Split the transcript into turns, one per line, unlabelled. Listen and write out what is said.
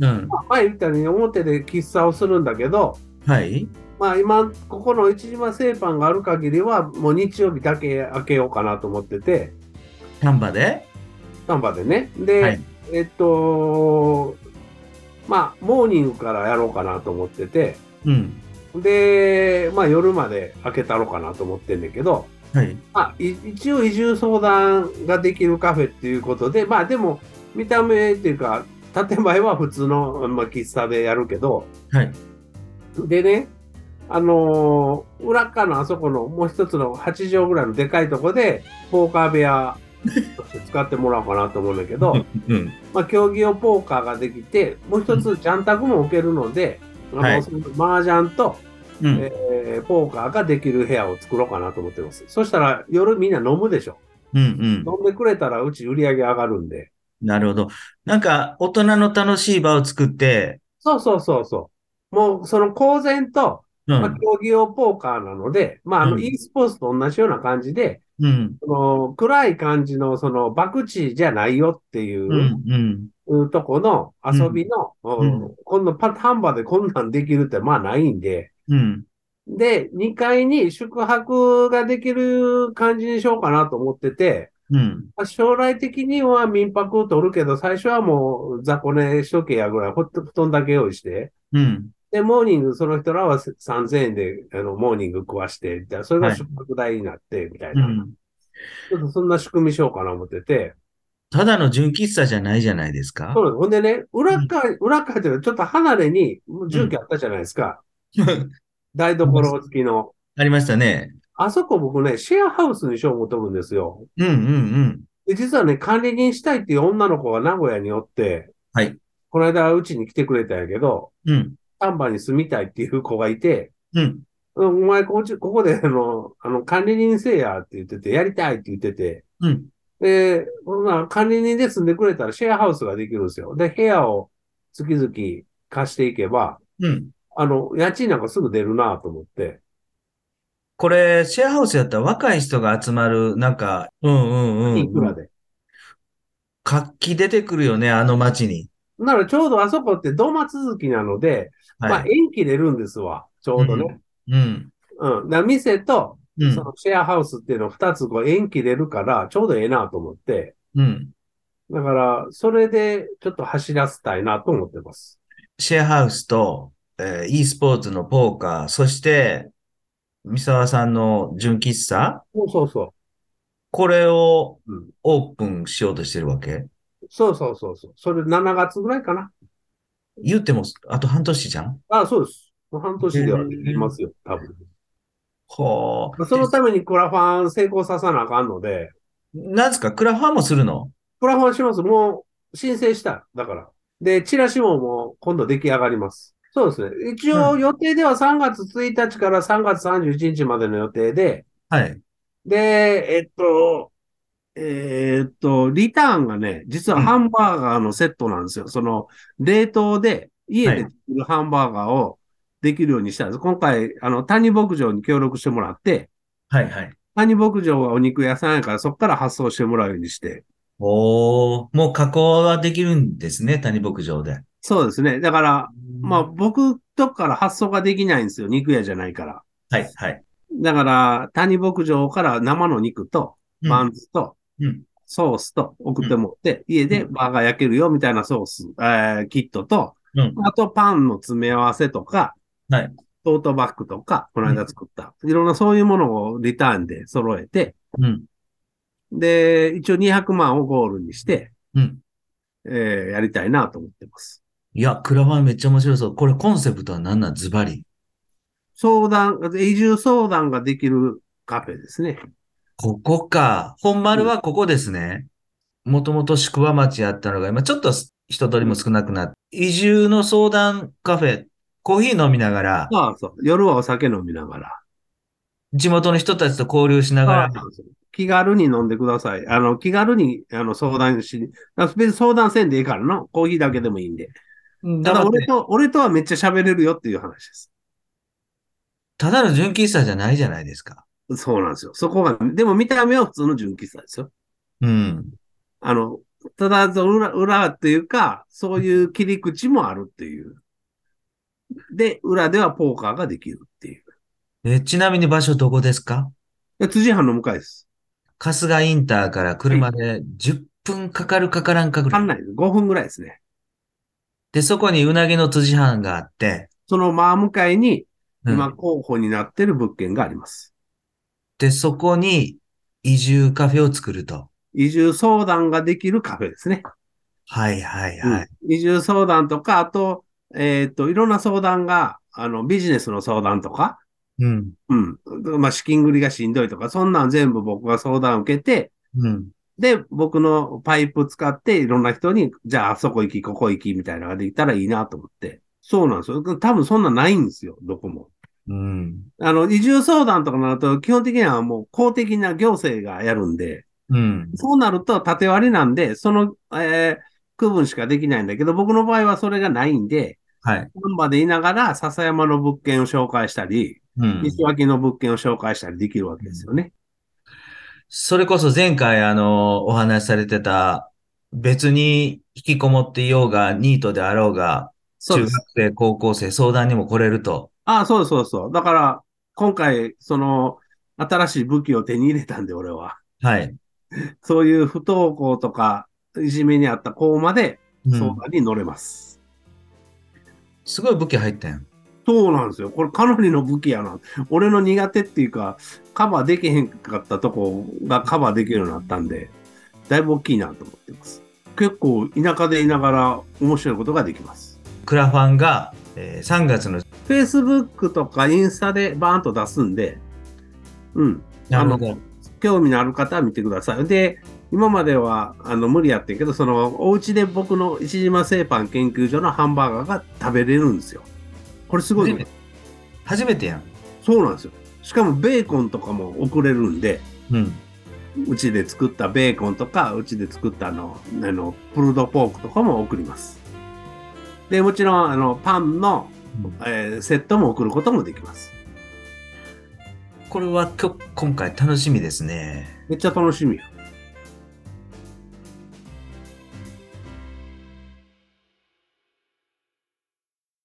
うん。
前みたいに表で喫茶をするんだけど、
はい。
まあ、今、ここの市島製パンがある限りは、もう日曜日だけ開けようかなと思ってて、
丹波で
丹波でね。で、
はい
えっと、まあ、モーニングからやろうかなと思ってて、
うん。
で、まあ、夜まで開けたろうかなと思ってんだけど、
はい。
まあ、い一応移住相談ができるカフェっていうことで、まあ、でも、見た目っていうか、建前は普通の、まあ、喫茶でやるけど、
はい。
でね、あのー裏っ側のあそこのもう一つの8畳ぐらいのでかいとこで、ポーカー部屋として使ってもらおうかなと思うんだけど、
うん。
まあ、競技用ポーカーができて、もう一つ、ジャンタクも置けるので、あの
はい
その麻雀と、
うん。
えーポーカーができる部屋を作ろうかなと思ってます。そしたら、夜みんな飲むでしょ。
うん。うん。
飲んでくれたら、うち売り上げ上がるんで。
なるほど。なんか、大人の楽しい場を作って、
そうそうそうそう。もう、その公然と、
う
まあ、
ん。
競技用ポーカーなので、まあ、あ
う
の、
ん
e スポーツと同じような感じで、
うん。
その暗い感じの、その、博打じゃないよっていうう、
ん。うん。
とこの遊びの、
ん
うんこんなパタンバでこんなんできるって、まあないんで、
うん。
で、2階に宿泊ができる感じにしようかなと思ってて、
うん。
まあ将来的には民泊を取るけど、最初はもう雑魚寝しとけやぐらい、ほっと布団だけ用意して、
うん。
で、モーニング、その人らは3000円で、あの、モーニング食わして、じゃあそれが宿泊代になって、みたいな。
うん。
ちょっとそんな仕組みしようかな思ってて。
ただの純喫茶じゃないじゃないですか
そ。うなんですほんでね、裏か、裏かっていうかちょっと離れに住居あったじゃないですか。台所付きの。
ありましたね。
あそこ僕ね、シェアハウスにしよう思とるんですよ。
うん。うん。うん。
で、実はね、管理人したいっていう女の子が名古屋におって、
はい。
この間うちに来てくれたんやけど、
うん。
丹波に住みたいっていう子がいて、
うん。
うんお前こっち、ここであの、あの、管理人せえやって言ってて、やりたいって言ってて、
うん。
で、ほんなら管理人で住んでくれたらシェアハウスができるんですよ。で、部屋を月々貸していけば、
うん。
あの、家賃なんかすぐ出るなと思って。
これ、シェアハウスやったら若い人が集まる、なんか、うんうん
いく
う
ら
ん。
で。
活気出てくるよね、あの街に。
ならちょうどあそこって土間続きなので、まあ
はい。
延期出るんですわ。ちょうどね。
うん。
うん。だから店と、
う
そ
ん。
のシェアハウスっていうのを2つこう延期出るから、ちょうどええなと思って。
うん。
だから、それでちょっと走らせたいなと思ってます。
シェアハウスと、えー e スポーツのポーカー、そして、三沢さんの純喫茶、
そうそうそ
これを
うん
オープンしようとしてるわけ
う。そうそうそうそう。それ7月ぐらいかな。
言っても、あと半年じゃん
あそうです。もう半年ではできますよ、多分。
ほ
まあそのためにクラファン成功させなあかんので、
う。なんですかクラファンもするの
クラファンします。もう申請した。だから。で、チラシももう今度出来上がります。そうですね。一応予定では3月1日から3月31日までの予定で、
はい。
で、えっと、えーっと、リターンがね、実はハンバーガーのセットなんですよ。その、冷凍で、家で作るハンバーガーをできるようにしたんです。今回、あの、谷牧場に協力してもらって、
はいはい。
谷牧場はお肉屋さんやから、そこから発送してもらうようにして。
おー、もう加工はできるんですね、谷牧場で。
そうですね。だから、まあ、僕とこから発送ができないんですよ。肉屋じゃないから。
はいはい。
だから、谷牧場から生の肉と、
うん
バンズと、
うん
ソースと送ってもらって、家でバーガー焼けるよみたいなソース、えーキットと、
うん
あとパンの詰め合わせとか、
はい
トートバッグとか、この間作った、いろんなそういうものをリターンで揃えて、
うん。
で、一応200万をゴールにして、
うん。
えーやりたいなと思ってます。
いや、クラファンめっちゃ面白そう。これコンセプトは何なんズバリ。
相談、移住相談ができるカフェですね。
ここか。本丸はここですね。もともと宿場町やったのが、今ちょっと人通りも少なくなって、移住の相談カフェ、コーヒー飲みながら、
そうそう。夜はお酒飲みながら。
地元の人たちと交流しながら、
そうそう気軽に飲んでください。あの、気軽に、あの、相談し、あ別に相談せんでいいからな。コーヒーだけでもいいんで。
た
た
だ
だ、俺と、俺とはめっちゃ喋れるよっていう話です。
ただの純喫茶じゃないじゃないですか。
そうなんですよ。そこが、でも見た目は普通の純喫茶ですよ。
うん。
あの、ただ、その裏、裏っていうか、そういう切り口もあるっていう。で、裏ではポーカーができるっていう。
え、ちなみに場所どこですか
で辻藩の向かいです。
春日インターから車で10分かかるかからんかぐら
館
い。
内で5分ぐらいですね。
で、そこにうなぎの辻藩があって、
その真向かいに、
うん
今候補になってる物件があります。
で、そこに移住カフェを作ると。
移住相談ができるカフェですね。
はいはいはい。
うん移住相談とか、あと、えっ、と、いろんな相談が、あの、ビジネスの相談とか、
うん。
うん。まあ、資金繰りがしんどいとか、そんなん全部僕が相談を受けて、
うん。
で、僕のパイプ使って、いろんな人に、じゃあ、あそこ行き、ここ行き、みたいなのができたらいいなと思って。そうなんですよ。多分そんなんないんですよ、どこも。
うん。
あの、移住相談とかになると、基本的にはもう公的な行政がやるんで、
うん。
そうなると縦割りなんで、その、えー区分しかできないんだけど、僕の場合はそれがないんで、
はい。
本場でいながら、笹山の物件を紹介したり、
うん。
西脇の物件を紹介したりできるわけですよね。
それこそ前回あの、お話しされてた、別に引きこもっていようが、ニートであろうが、
そう
中
です。
学生、高校生、相談にも来れると。
ああ、そうそうそう。だから、今回、その、新しい武器を手に入れたんで、俺は。
はい。
そういう不登校とか、いじめにあった子まで
うん
相談に乗れます。
すごい武器入ったやん。
そうなんですよ。これ、かなりの武器やな。俺の苦手っていうか、カバーできへんかったとこがカバーできるようになったんで、だいぶ大きいなと思ってます。結構、田舎でいながら面白いことができます。
クラファンが、えー3月の、
Facebook とかインスタでバーンと出すんで、うん、
なるほど。
興味のある方は見てください。で、今まではあの無理やってんけど、そのお家で僕の一島製パン研究所のハンバーガーが食べれるんですよ。これすごい
初
の
めて。初めてやん。
そうなんですよ。しかもベーコンとかも送れるんで、
うん。
うちで作ったベーコンとか、うちで作ったあの、あの、プルドポークとかも送ります。で、もちろん、あの、パンの、えーセットも送ることもできます。
これは今日今回楽しみですね。
めっちゃ楽しみよ。